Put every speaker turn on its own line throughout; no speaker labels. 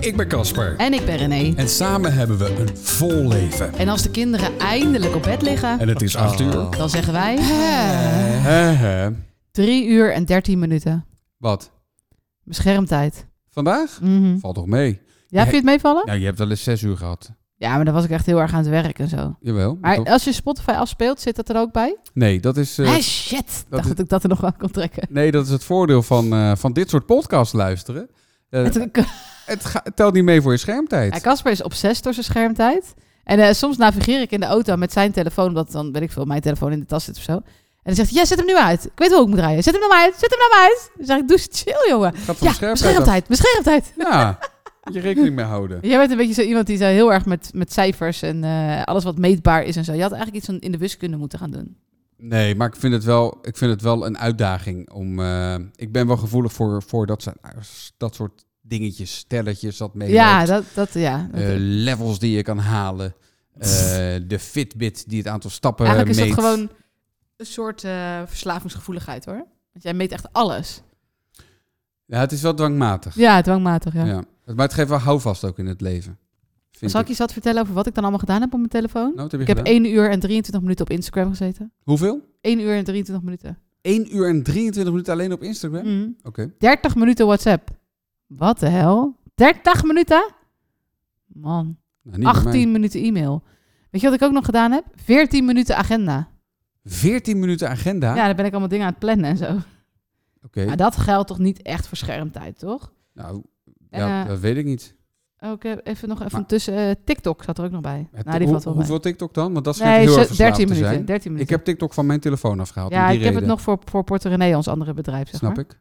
Ik ben Casper.
En ik ben René.
En samen hebben we een vol leven.
En als de kinderen eindelijk op bed liggen,
En het is acht uur.
dan zeggen wij... "Hè."
Hè, hè.
Drie uur en dertien minuten.
Wat?
Beschermtijd.
Vandaag?
Mhm.
Valt toch mee?
Ja, vind je het meevallen?
Nou, je hebt wel eens zes uur gehad.
Ja, maar dan was ik echt heel erg aan het werk en zo.
Jawel.
Maar
toch?
als je Spotify afspeelt, zit dat er ook bij?
Nee, dat is... eh,
Hé, shit!
dat
Dacht
is-
dat ik dat er nog aan kon trekken.
nee, dat is het voordeel van, eh, van dit soort podcast luisteren. Eh, het
Het-
ga- het telt niet mee voor je
Ja,
schermtijd.
Casper is obsessief door zijn schermtijd. En eh, soms navigeer ik in de auto met zijn telefoon, omdat dan, weet ik veel, mijn telefoon in de tas zit of zo. En dan zegt hij, ja, zet hem nu uit. Ik weet hoe ik moet rijden. Zet hem nou maar uit, zet hem nou maar uit. Dan zeg ik, doe eens chill, jongen.
Het gaat van
Ja,
de schermtijd af.
beschermtijd, beschermdheid.
Ja, moet je rekening mee houden.
Jij bent een beetje zo iemand die zo heel erg met, met cijfers en eh, alles wat meetbaar is en zo. Je had eigenlijk iets van in de wiskunde moeten gaan doen.
Nee, maar ik vind het wel, ik vind het wel een uitdaging om. eh, ik ben wel gevoelig voor, voor dat, soort- dat soort dingetjes, stelletjes, dat mee.
ja, dat, dat, ja.
Eh,
Dat-
levels die je kan halen. eh, de Fitbit die het aantal stappen
eigenlijk is
meet.
dat gewoon een soort eh, verslavingsgevoeligheid, hoor. Want jij meet echt alles.
Ja, het is wel dwangmatig.
Ja, dwangmatig, ja.
Ja. Maar het geeft wel houvast ook in het leven. Vind
Zal ik je wat vertellen over wat ik dan allemaal gedaan heb op mijn telefoon?
Nou, wat heb je
Ik heb
gedaan?
1 uur en 23 minuten op Instagram gezeten.
Hoeveel?
1 uur en 23 minuten.
1 uur en 23 minuten alleen op Instagram?
Mm.
Oké. Nou,
30 minuten WhatsApp. Wat de hel? 30 minuten? Man.
Nou, niet bij mij.
18 minuten e-mail. Weet je wat ik ook nog gedaan heb? 14 minuten agenda.
14 minuten agenda?
Ja, daar ben ik allemaal dingen aan het plannen en zo.
Oké.
Maar dat geldt toch niet echt voor schermtijd, toch?
Nou,
En,
ja,
eh,
dat weet ik niet.
Oh, ik heb even nog even
Maar-
tussen. eh, TikTok zat er ook nog bij.
Het-
nou, die
hoe-
valt wel mee.
hoeveel TikTok dan? Want dat schijnt
Nee,
heel erg
zo-
verslaafd
13
te zijn.
minuten, 13
Ik
minuten.
heb TikTok van mijn telefoon afgehaald. om
ja,
die
ik heb het
reden.
nog voor, voor Porto René, ons andere bedrijf, zeg
Snap
maar.
ik.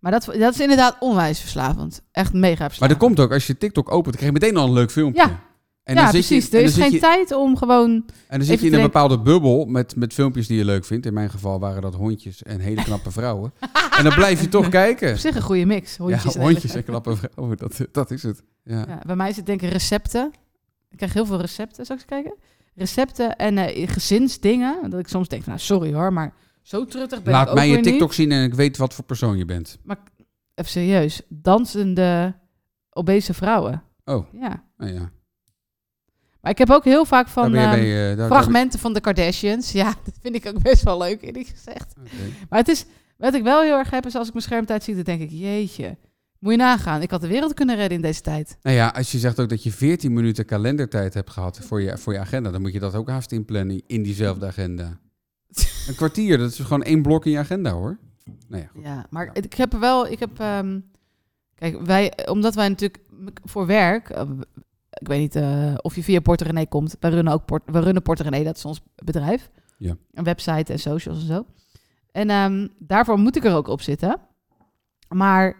Maar dat, dat is inderdaad onwijs verslavend. Echt mega verslavend.
Maar er komt ook, als je TikTok opent, krijg je meteen al een leuk filmpje.
Ja.
En
ja,
dan zit
precies.
Je,
er
en
is
dan
geen
zit je,
tijd om gewoon...
En dan zit
Even
je in een
te
bepaalde bubbel met, met filmpjes die je leuk vindt. In mijn geval waren dat hondjes en hele knappe vrouwen. en dan blijf je toch
Op
kijken.
zich een goede mix. Hondjes
ja,
en
hondjes
hele-
en knappe vrouwen, dat, dat is het. Ja.
Ja, bij mij is het denk ik recepten. Ik krijg heel veel recepten. Zal ik eens kijken? Recepten en eh, gezinsdingen. Dat ik soms denk, van, nou sorry hoor, maar zo truttig ben ik
Laat
ook
mij je
weer
TikTok
niet.
zien en ik weet wat voor persoon je bent.
Even serieus. Dansende obese vrouwen.
Oh,
Ja.
nou ja.
Maar ik heb ook heel vaak van...
daar ben jij
ehm,
mee, eh, daar- daar-
Fragmenten van de Kardashians. Ja, dat vind ik ook best wel leuk, eerlijk gezegd.
Oké.
Maar het is, wat ik wel heel erg heb, is als ik mijn schermtijd zie, dan denk ik, jeetje, moet je nagaan. Ik had de wereld kunnen redden in deze tijd.
Nou ja, als je zegt ook dat je 14 minuten kalendertijd hebt gehad voor je, voor je agenda, dan moet je dat ook haast inplannen in diezelfde agenda. Een kwartier, dat is gewoon één blok in je agenda hoor. Nou ja, goed.
Ja, maar het- ik heb er wel, ik heb, ehm, kijk, wij, omdat wij natuurlijk m- voor werk, eh, w- ik weet niet eh, of je via Porto René komt, wij runnen ook Port, we runnen Porto René, dat is ons bedrijf.
Ja.
Een website en socials en zo. En ehm, daarvoor moet ik er ook op zitten. Maar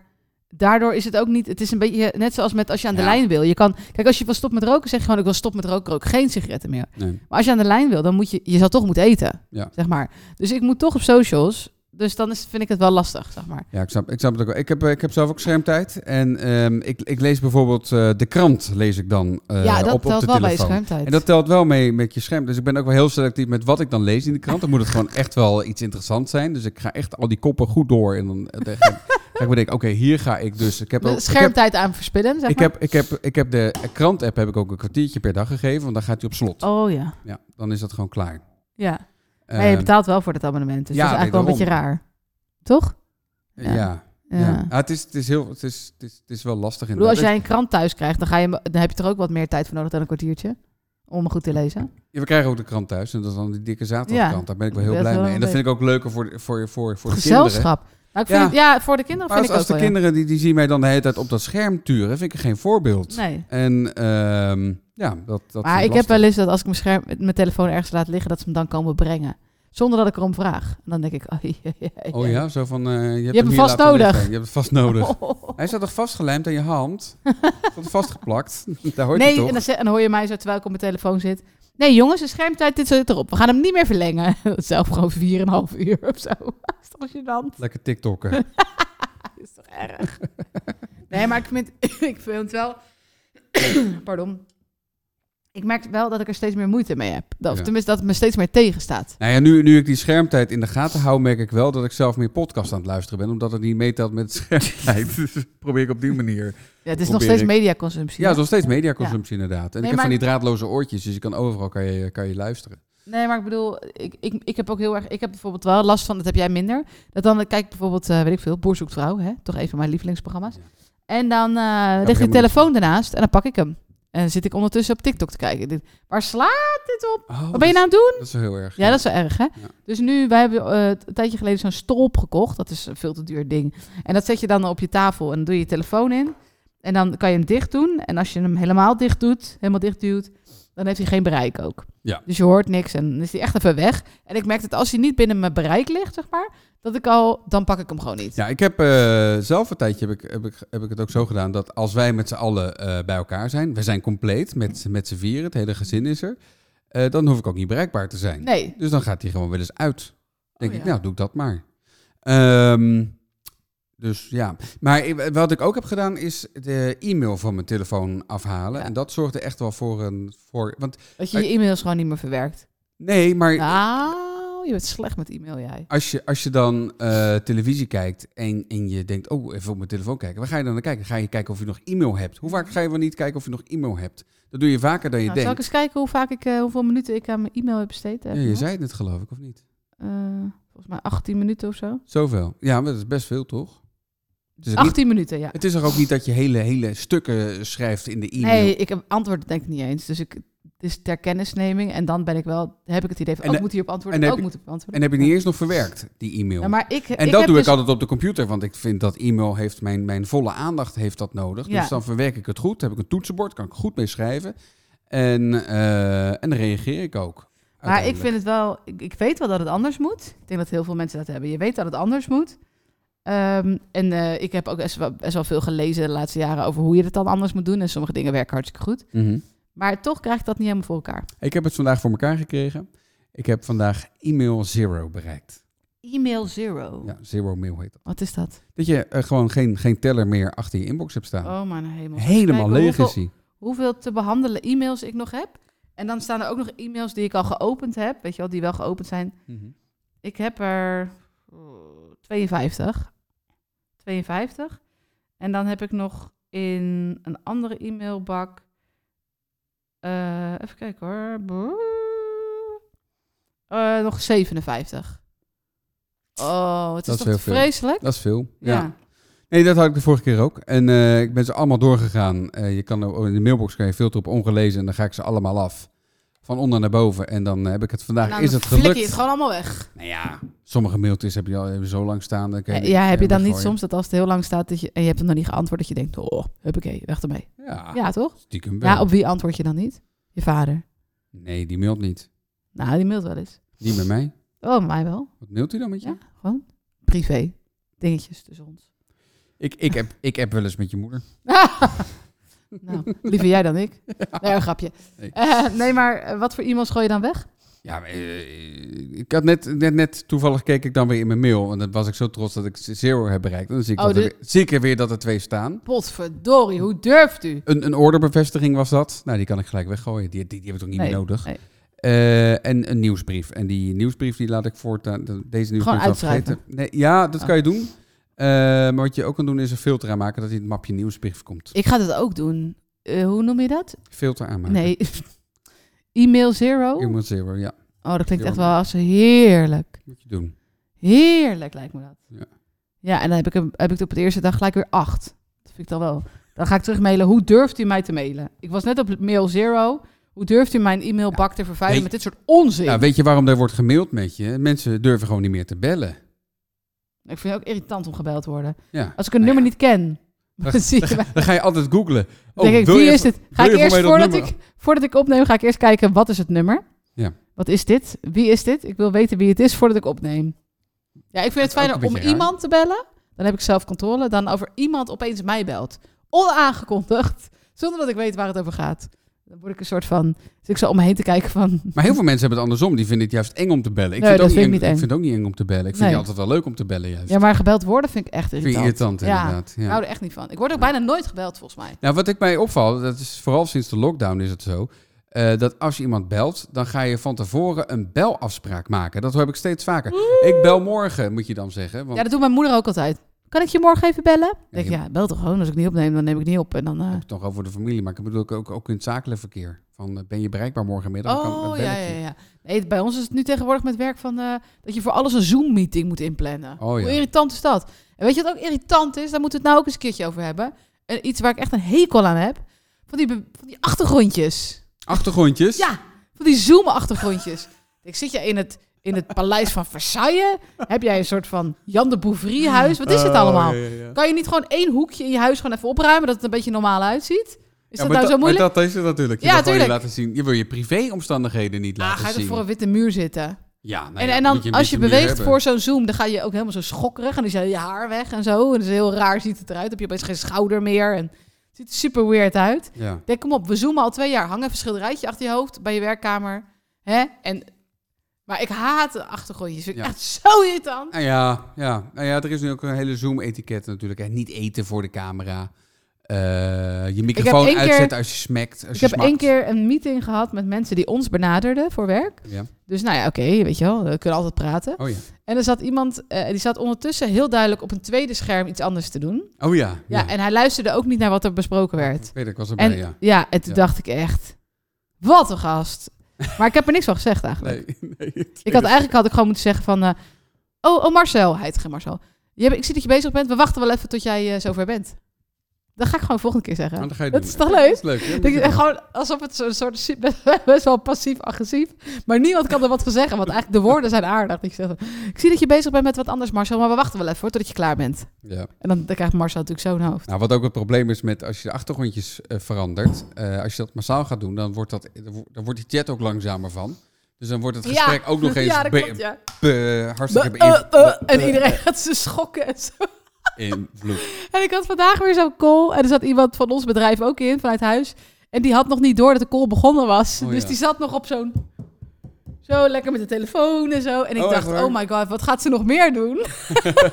daardoor is het ook niet. Het is een beetje net zoals met als je aan de
Ja.
lijn wil. Je kan, kijk, als je wil stoppen met roken, zeg je gewoon: ik wil stoppen met roken, rook geen sigaretten meer.
Nee.
Maar als je aan de lijn wil, dan moet je, je zal toch moeten eten,
Ja.
zeg maar. Dus ik moet toch op socials. Dus dan is, vind ik het wel lastig, zeg maar.
Ja, ik snap, ik snap het ook wel. Ik heb, eh, ik heb zelf ook schermtijd. En ehm, ik, ik lees bijvoorbeeld eh, de krant, lees ik dan eh,
ja, dat
op, op
telt
de
wel bij je
telefoon.
schermtijd.
En dat telt wel mee met je scherm. Dus ik ben ook wel heel selectief met wat ik dan lees in de krant. Dan moet het gewoon echt wel iets interessants zijn. Dus ik ga echt al die koppen goed door. En dan eh, dan ga ik- ga ik me denken, oké, hier ga ik dus. Ik heb ook,
De
ik heb-
schermtijd aan verspillen, zeg
Ik
maar.
heb, ik, heb, ik heb de krant-app heb ik ook een kwartiertje per dag gegeven, want dan gaat hij op slot.
Oh ja.
Ja, dan is dat gewoon klaar.
Ja. Maar je
Ehm,
betaalt wel voor het abonnement. Dus
ja,
dat is eigenlijk wel een beetje raar. Toch?
ja. ja.
Ja.
Ah, het, is, het, is heel, het, is, het, is, het is wel lastig
Ik bedoel,
inderdaad.
als jij een krant thuis krijgt, dan, ga je, dan heb je er ook wat meer tijd voor nodig dan een kwartiertje. Om hem goed te lezen.
Ja, we krijgen ook de krant thuis en dat is dan die dikke zaterdagkrant.
Ja.
Daar ben ik wel heel
Dat is
blij
wel
mee. En dat
leuk.
vind ik ook leuker voor de, voor, voor, voor de kinderen.
Gezelschap. Nou, ik vind
Ja.
ja. Het, ja, voor de kinderen
Maar als,
vind ik ook
als de
wel, ja.
kinderen, die, die zien mij dan de hele tijd op dat scherm turen, vind ik geen voorbeeld.
Nee.
En ehm, ja, dat, dat
maar
vind
ik heb
lastig.
wel eens dat als ik mijn, scherm, mijn telefoon ergens laat liggen, dat ze hem dan komen brengen. Zonder dat ik erom vraag. En dan denk ik, oh, jee, jee, jee.
Oh ja, zo van... eh, je, hebt
hem
hier
vast
laten
nodig.
liggen. Je hebt het vast nodig.
Oh.
Hij staat toch vastgelijmd aan je hand? Tot vastgeplakt? Daar hoort hij
Nee,
toch?
en dan, ze- en dan hoor je mij zo terwijl ik op mijn telefoon zit. Nee jongens, de schermtijd dit zit erop. We gaan hem niet meer verlengen. Zelf gewoon 4,5 uur of zo. Dat is toch gênant?
Lekker tiktokken.
Dat is toch erg? Nee, maar ik vind, ik vind het wel... Pardon. ik merk wel dat ik er steeds meer moeite mee heb. Dat, of
Ja.
tenminste, dat het me steeds meer tegenstaat.
Nou ja, nu, nu ik die schermtijd in de gaten hou, merk ik wel dat ik zelf meer podcast aan het luisteren ben, omdat het niet meetelt met schermtijd. Dus probeer ik op die manier.
Ja, het is nog
Probeer
steeds
ik.
mediaconsumptie.
Ja, het is nog steeds mediaconsumptie inderdaad. En
Nee,
ik heb
maar-
van die draadloze oortjes, dus je kan overal kan je, kan je luisteren.
Nee, maar ik bedoel, ik, ik, ik heb ook heel erg. Ik heb bijvoorbeeld wel last van, dat heb jij minder. Dat dan eh, kijk ik bijvoorbeeld, eh, weet ik veel, Boer zoekt vrouw, hè? toch een van mijn lievelingsprogramma's.
Ja.
En dan eh ligt de
helemaal
telefoon ernaast en dan pak ik hem. En dan zit ik ondertussen op TikTok te kijken. Ik denk, Waar slaat dit op?
Oh,
Wat ben je nou aan het doen?
Dat is wel heel erg.
Ja, dat is wel erg, hè?
Ja.
Dus nu, wij hebben eh, een tijdje geleden zo'n stolp gekocht. Dat is een veel te duur ding. En dat zet je dan op je tafel en dan doe je je telefoon in. En dan kan je hem dicht doen. En als je hem helemaal dicht doet, helemaal dicht duwt, dan heeft hij geen bereik ook.
Ja.
Dus je hoort niks en dan is hij echt even weg. En ik merk dat als hij niet binnen mijn bereik ligt, zeg maar, dat ik al, dan pak ik hem gewoon niet.
Ja, ik heb eh, zelf een tijdje heb ik, heb, ik, heb ik het ook zo gedaan dat als wij met z'n allen eh, bij elkaar zijn, we zijn compleet met, met z'n vieren, het hele gezin is er, eh, dan hoef ik ook niet bereikbaar te zijn.
Nee.
Dus dan gaat hij gewoon wel eens uit. Denk
Oh,
ik,
ja.
nou doe ik dat maar. Ehm, dus ja, maar i- wat ik ook heb gedaan is de e-mail van mijn telefoon afhalen.
Ja.
En dat zorgde echt wel voor een... Voor, want
Dat je je e-mails gewoon niet meer verwerkt.
nee, maar
Nou, je bent slecht met e-mail, jij.
Als je, als je dan eh, televisie kijkt en, en je denkt, oh, even op mijn telefoon kijken. Waar ga je dan naar kijken? Ga je kijken of je nog e-mail hebt? Hoe vaak ga je wel niet kijken of je nog e-mail hebt? Dat doe je vaker dan je
Nou, zal ik
denkt.
eens kijken hoe vaak ik, eh, hoeveel minuten ik aan mijn e-mail heb besteed?
Ja,
Even,
je
hoor.
zei het net, geloof ik, of niet?
Eh, volgens mij 18 minuten of zo.
Zoveel. Ja, maar dat is best veel, toch? Dus Het is, ook niet,
18 minuten, ja.
het is er ook niet dat je hele, hele stukken schrijft in de e-mail.
Nee, ik heb antwoord denk ik niet eens. Dus ik, het is ter kennisneming. En dan ben ik wel, heb ik het idee van,
En
oh, ik
de-
moet hierop
en
antwoorden,
heb
ook
je-
moet ik antwoorden.
En heb je niet eerst nog verwerkt, die e-mail?
Ja, maar ik,
en
ik
dat
heb
doe
dus,
ik altijd op de computer, want ik vind dat e-mail heeft mijn, mijn volle aandacht heeft dat nodig.
Ja.
Dus dan verwerk ik het goed, heb ik een toetsenbord, kan ik goed mee schrijven. En, eh, en dan reageer ik ook.
Maar ik
uiteindelijk.
vind het wel, ik, ik weet wel dat het anders moet. Ik denk dat heel veel mensen dat hebben. Je weet dat het anders moet. Ehm, en eh, ik heb ook best wel, best wel veel gelezen de laatste jaren over hoe je het dan anders moet doen. En sommige dingen werken hartstikke goed.
Mhm.
Maar toch krijg ik dat niet helemaal voor elkaar.
Ik heb het vandaag voor elkaar gekregen. Ik heb vandaag e-mail zero bereikt.
E-mail zero.
Ja, zero mail heet dat.
Wat is dat?
Dat je eh, gewoon geen, geen teller meer achter je inbox hebt staan.
Oh mijn hemel.
Helemaal
Kijken
leeg
hoeveel-
is hij.
hoeveel te behandelen e-mails ik nog heb. En dan staan er ook nog e-mails die ik al geopend heb. Weet je wel, die wel geopend zijn.
Mhm.
Ik heb er oh, 52. 52. En dan heb ik nog in een andere e-mailbak. eh, even kijken hoor. Brrr. Eh, nog 57. Oh, het is,
Dat is
toch
heel
te
veel.
vreselijk?
Dat is veel. ja. Nou,
Ja.
Nee, dat had ik de vorige keer ook. En eh, ik ben ze allemaal doorgegaan. Eh, je kan, er- in de mailbox kan je filteren op ongelezen en dan ga ik ze allemaal af. Van onder naar boven. En dan eh, heb ik het
En
vandaag.
Nou, dan
is het
flik
gelukt?
je het gewoon allemaal weg.
Nou ja, sommige mailtjes heb je al even zo lang staan. dan kan
Ja,
die-
Eh, ja, heb je dan niet
weggooien.
soms dat als het heel lang staat dat je, en je hebt hem nog niet geantwoord, dat je denkt, oh, huppakee, weg ermee.
Ah. Ja,
ja, toch?
stiekem wel.
Ja, op wie antwoord je dan niet? Je vader.
Nee, die mailt niet.
Nou, die mailt wel eens.
Niet met mij.
Oh, mij wel.
Wat mailt hij dan met je?
Ja, gewoon privé. Dingetjes tussen ons.
Ik, ik, heb, ik heb wel eens met je moeder.
nou, liever jij dan ik. Nee, een grapje.
Nee.
Eh, nee, maar eh, wat voor e-mails gooi je dan weg?
Ja, maar, eh, ik had net, net, net toevallig keek ik dan weer in mijn mail. En dan was ik zo trots dat ik zero heb bereikt. En dan zie ik,
Oh,
dat er
dit-
weer- zie ik er weer dat er twee staan.
Potverdorie, hoe durft u?
Een, een orderbevestiging was dat. Nou, die kan ik gelijk weggooien. Die, die, die heb ik toch niet
Nee,
meer nodig.
nee.
Eh, en een nieuwsbrief. En die nieuwsbrief die laat ik voortaan. de- Deze nieuwsbrief dan
uitschrijven.
vergeten. Nee, ja, dat
Oh.
kan je doen. Eh, maar wat je ook kan doen is een filter aanmaken dat hij in het mapje nieuwsbrief komt.
Ik ga dat ook doen. Eh, hoe noem je dat?
Filter aanmaken.
Nee. E-mail zero?
Human zero, ja.
Oh, dat klinkt echt wel als heerlijk.
Moet je doen.
Heerlijk lijkt me dat.
Ja.
Ja, en dan heb ik, hem, heb ik het op de eerste dag gelijk weer acht. Dat vind ik dan wel. Dan ga ik terug mailen. Hoe durft u mij te mailen? Ik was net op mail zero. Hoe durft u mijn e-mailbak te vervuilen
Nee.
met dit soort onzin?
Nou, weet je waarom daar wordt gemaild met je? Mensen durven gewoon niet meer te bellen.
ik vind het ook irritant om gebeld te worden.
Ja.
Als ik een
Nou
nummer niet ken,
Dan-
dan zie je mij.
Dan ga je altijd googlen. Oh,
denk ik,
wil
wie
je
is dit? Ga
wil je
ik
voor
eerst,
mij dat
voordat
nummer?
ik, voordat ik opneem, ga ik eerst kijken wat is het nummer?
Ja.
Wat is dit? Wie is dit? Ik wil weten wie het is voordat ik opneem. Ja, ik vind het
is ook
fijner
een
om
beetje raar.
iemand te bellen. Dan heb ik zelf controle. Dan over iemand opeens mij belt. Onaangekondigd. Zonder dat ik weet waar het over gaat. Dan word ik een soort van... Dus ik zal om me heen te kijken van...
Maar heel veel mensen hebben het andersom. Die vinden het juist eng om te bellen. Ik,
Nee,
vind,
dat
ook
vind ik
niet
niet
eng,
eng.
ik vind het ook niet eng om te bellen. Ik vind
Nee.
het altijd wel leuk om te bellen juist.
Ja, maar gebeld worden vind ik echt
Dus vind je
irritant.
irritant
Ja. Nou,
inderdaad. Ja.
Ik hou er echt niet van. Ik word ook bijna nooit gebeld, volgens mij.
Nou, wat ik mij opval, dat is vooral sinds de lockdown is het zo. eh, dat als je iemand belt, dan ga je van tevoren een belafspraak maken. Dat heb ik steeds vaker. Ik bel morgen, moet je dan zeggen. Want
Ja, dat doet mijn moeder ook altijd. Kan ik je morgen even bellen? Ik denk,
je-
ja, bel toch gewoon. Als ik niet opneem, dan neem ik niet op. En dan, eh,
Ik heb het nog over de familie, maar ik bedoel ook, ook, ook in het zakelijk verkeer. Van, eh, ben je bereikbaar morgenmiddag? Kan- dan
Oh,
bel
ja,
ik
ja,
je.
ja. Nee, bij ons is het nu tegenwoordig met werk van... eh, dat je voor alles een Zoom-meeting moet inplannen.
Oh, ja.
Hoe irritant is dat? En weet je wat ook irritant is? Daar moeten we het nou ook eens een keertje over hebben. En iets waar ik echt een hekel aan heb. Van die, be- van die achtergrondjes.
Achtergrondjes?
Ja, van die Zoom-achtergrondjes. ik zit je in het, in het paleis van Versailles. Heb jij een soort van Jan de Bouverie-huis? dus Wat is
Oh,
dit allemaal? Kan je niet gewoon één hoekje in je huis gewoon even opruimen... dat het een beetje normaal uitziet? Is dat nou zo moeilijk?
dat is het natuurlijk. Je
Ja,
wil gewoon je
tuurlijk.
laten zien. Je wil je privéomstandigheden niet
Ah,
laten
ga je
zien.
toch voor een witte muur zitten?
Ja, nou
en,
ja,
en dan,
moet een
als je
beetje meer
beweegt
hebben.
voor zo'n zoom, dan ga je ook helemaal zo schokkerig. En dan is je je haar weg en zo. En dat is heel raar, ziet het eruit. heb je opeens geen schouder meer. En het ziet er super weird uit. Ik
Ja.
Denk, kom op, we zoomen al twee jaar. Hang even een schilderijtje achter je hoofd bij je werkkamer. Hè? En, maar ik haat de achtergrondjes. Vind ik
Ja.
echt zo irritant.
Nou ja, ja. Nou ja, er is nu ook een hele Zoom-etiket natuurlijk. Hè. Niet eten voor de camera. Eh, je microfoon
één keer-
uitzetten als je smekt. Als
Ik
je
heb één
smakt.
keer een meeting gehad met mensen die ons benaderden voor werk.
Ja.
Dus nou ja, oké, weet je wel, we kunnen altijd praten.
Oh ja.
En er zat iemand, eh, die zat ondertussen heel duidelijk op een tweede scherm iets anders te doen.
Oh ja.
Ja, en hij luisterde ook niet naar wat er besproken werd.
Ik weet ik was erbij,
En, ja.
ja.
en toen
Ja.
dacht ik echt, wat een gast. Maar ik heb er niks van gezegd eigenlijk.
Nee, nee.
ik had eigenlijk had ik gewoon moeten zeggen van, eh, oh, oh Marcel, hij heet geen Marcel. Je hebt- ik zie dat je bezig bent, we wachten wel even tot jij eh, zover bent. Dat ga ik gewoon volgende keer zeggen.
Maar dan ga je
dat
doen.
is toch
Ja,
leuk?
Dat is leuk. ja, moet
Ik,
je
eh,
doen.
gewoon alsof het zo'n soort si- best- best wel passief-agressief. Maar niemand kan er wat van zeggen, want eigenlijk de woorden zijn aardig. Ik, zeg, dan, ik zie dat je bezig bent met wat anders, Marcel, maar we wachten wel even hoor, totdat je klaar bent.
Ja.
En dan, dan krijgt Marcel natuurlijk zo'n hoofd.
Nou, wat ook het probleem is met als je de achtergrondjes eh, verandert. eh, als je dat massaal gaat doen, dan wordt, dat, dan wo- dan wordt die chat ook langzamer van. Dus dan wordt het gesprek ook nog eens
ja, dat
be-
klopt, ja.
be- hartstikke
Eh, eh,
beïnvloed.
eh, en iedereen gaat ze schokken en zo. En ik had vandaag weer zo'n call. En er zat iemand van ons bedrijf ook in, vanuit huis. En die had nog niet door dat de call begonnen was.
Oh,
dus
ja.
die zat nog op zo'n... Zo lekker met de telefoon en zo. En ik
Oh,
dacht,
echt waar?
oh my god, wat gaat ze nog meer doen?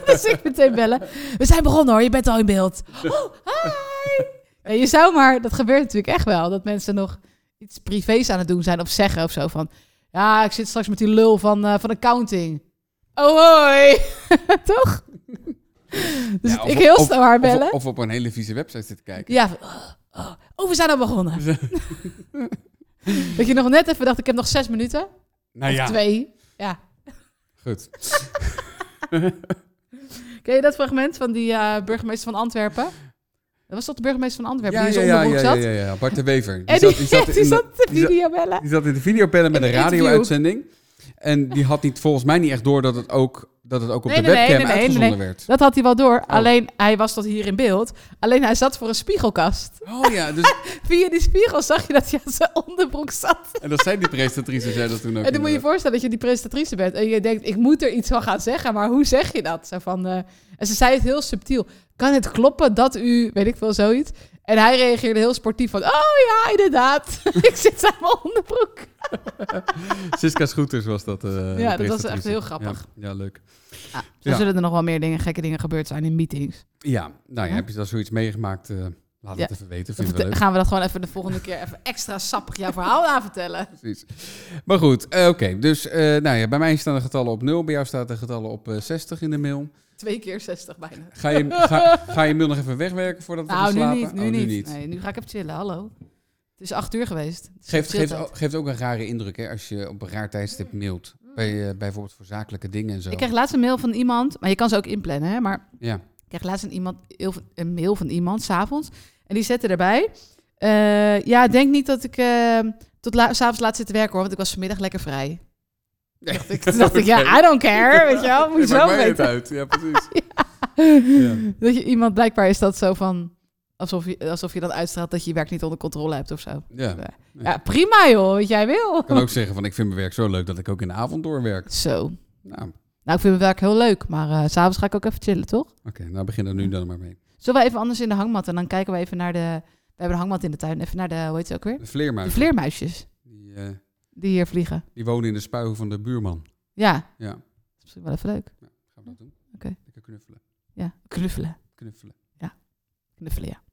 dus ik meteen bellen. We zijn begonnen hoor, je bent al in beeld. Oh, hi! Ja, je zou maar, dat gebeurt natuurlijk echt wel. Dat mensen nog iets privés aan het doen zijn of zeggen of zo van... Ja, ik zit straks met die lul van, eh, van accounting. Oh hoi! Toch? Dus
Ja, of-
ik heel
of-
snel haar
Of,
bellen.
op- of op een hele vieze website zitten kijken.
Ja. van, oh, oh, oh, we zijn al begonnen. dat je nog net even dacht, ik heb nog zes minuten.
Nou ja,
Twee. Ja.
goed.
Ken je dat fragment van die eh, burgemeester van Antwerpen? Dat was toch de burgemeester van Antwerpen? die in zijn
ja,
onderbroek
ja,
zat?
ja, ja, ja. Bart de Wever.
En die, die zat,
in de-
te
die zat-
videobellen.
Die zat in de videopellen met
In
een
een interview.
radio-uitzending. En die had niet, volgens mij niet echt door dat het ook, dat het ook op de
Nee, nee, nee,
webcam
nee, nee,
uitgezonden
nee.
werd.
Dat had hij wel
Oh.
door. Alleen, hij was tot hier in beeld. Alleen, hij zat voor een spiegelkast.
Oh ja, dus,
Via die spiegel zag je dat hij aan zijn onderbroek zat.
en dat zei die presentatrice, zei dat toen ook.
En dan moet je je
inderdaad.
voorstellen dat je die presentatrice bent. En je denkt, ik moet er iets van gaan zeggen. Maar hoe zeg je dat? Zo van, eh, En ze zei het heel subtiel. Kan het kloppen dat u... Weet ik veel, zoiets. En hij reageerde heel sportief van... Oh ja, inderdaad. ik zit aan mijn onderbroek.
Siska Scooters was dat. eh, de
dat was
presentatrice.
echt heel grappig.
Ja, ja, leuk.
Zo
Ja.
zullen er nog wel meer dingen, gekke dingen gebeurd zijn in meetings.
Ja, nou ja,
Hm?
heb je daar zoiets meegemaakt? eh, laat
Ja.
het even weten,
Dan
vind ik wel leuk.
gaan we dat gewoon even de volgende keer even extra sappig jouw verhaal aan vertellen.
Precies. Maar goed, eh, oké. Dus eh, nou ja, bij mij staan de getallen op 0, bij jou staan de getallen op eh, 60 in de mail.
Twee keer 60 bijna.
Ga je, ga, ga je mail nog even wegwerken voordat we gaan
Nou, nu
slapen?
niet. Nu,
Oh,
niet. Nee, nu ga ik even chillen. Hallo. Het is acht uur geweest. Het is
Geeft,
chill
geeft,
tijd.
ook- geeft ook een rare indruk hè, als je op een raar tijdstip mailt. Bij, eh, bijvoorbeeld voor zakelijke dingen en zo.
Ik kreeg laatst een mail van iemand, maar je kan ze ook inplannen, hè? Maar
Ja.
ik kreeg laatst een, iemand, een mail van iemand s'avonds. En die zette erbij. eh, ja, denk niet dat ik eh, tot la- s'avonds laat zitten werken hoor, want ik was vanmiddag lekker vrij. Dacht ik, toen dacht ik, ja, I don't care, weet je wel. Moet je
Maakt
zo
mij het
weten.
uit. Ja, precies.
Dat je iemand, blijkbaar is dat zo van, alsof je, alsof je dan uitstraalt dat je je werk niet onder controle hebt of zo.
Ja.
Ja, prima joh, wat jij wil.
Ik kan ook zeggen van ik vind mijn werk zo leuk dat ik ook in de avond doorwerk.
Zo.
Nou, oké,
Nou, ik vind mijn werk heel leuk, maar eh, s s'avonds ga ik ook even chillen, toch?
nou begin er nu dan maar mee.
Zullen we even anders in de hangmat en dan kijken we even naar de... We hebben een hangmat in de tuin. Even naar de, hoe heet ze ook weer?
De
De
vleermuis,
vleermuisjes
die, eh,
die hier vliegen.
die wonen in de spuigen van de buurman.
Ja,
Ja,
dat is misschien wel even leuk.
gaan we dat doen?
Oké.
Lekker knuffelen,
Ja, knuffelen.
knuffelen.
Knuffelen, ja.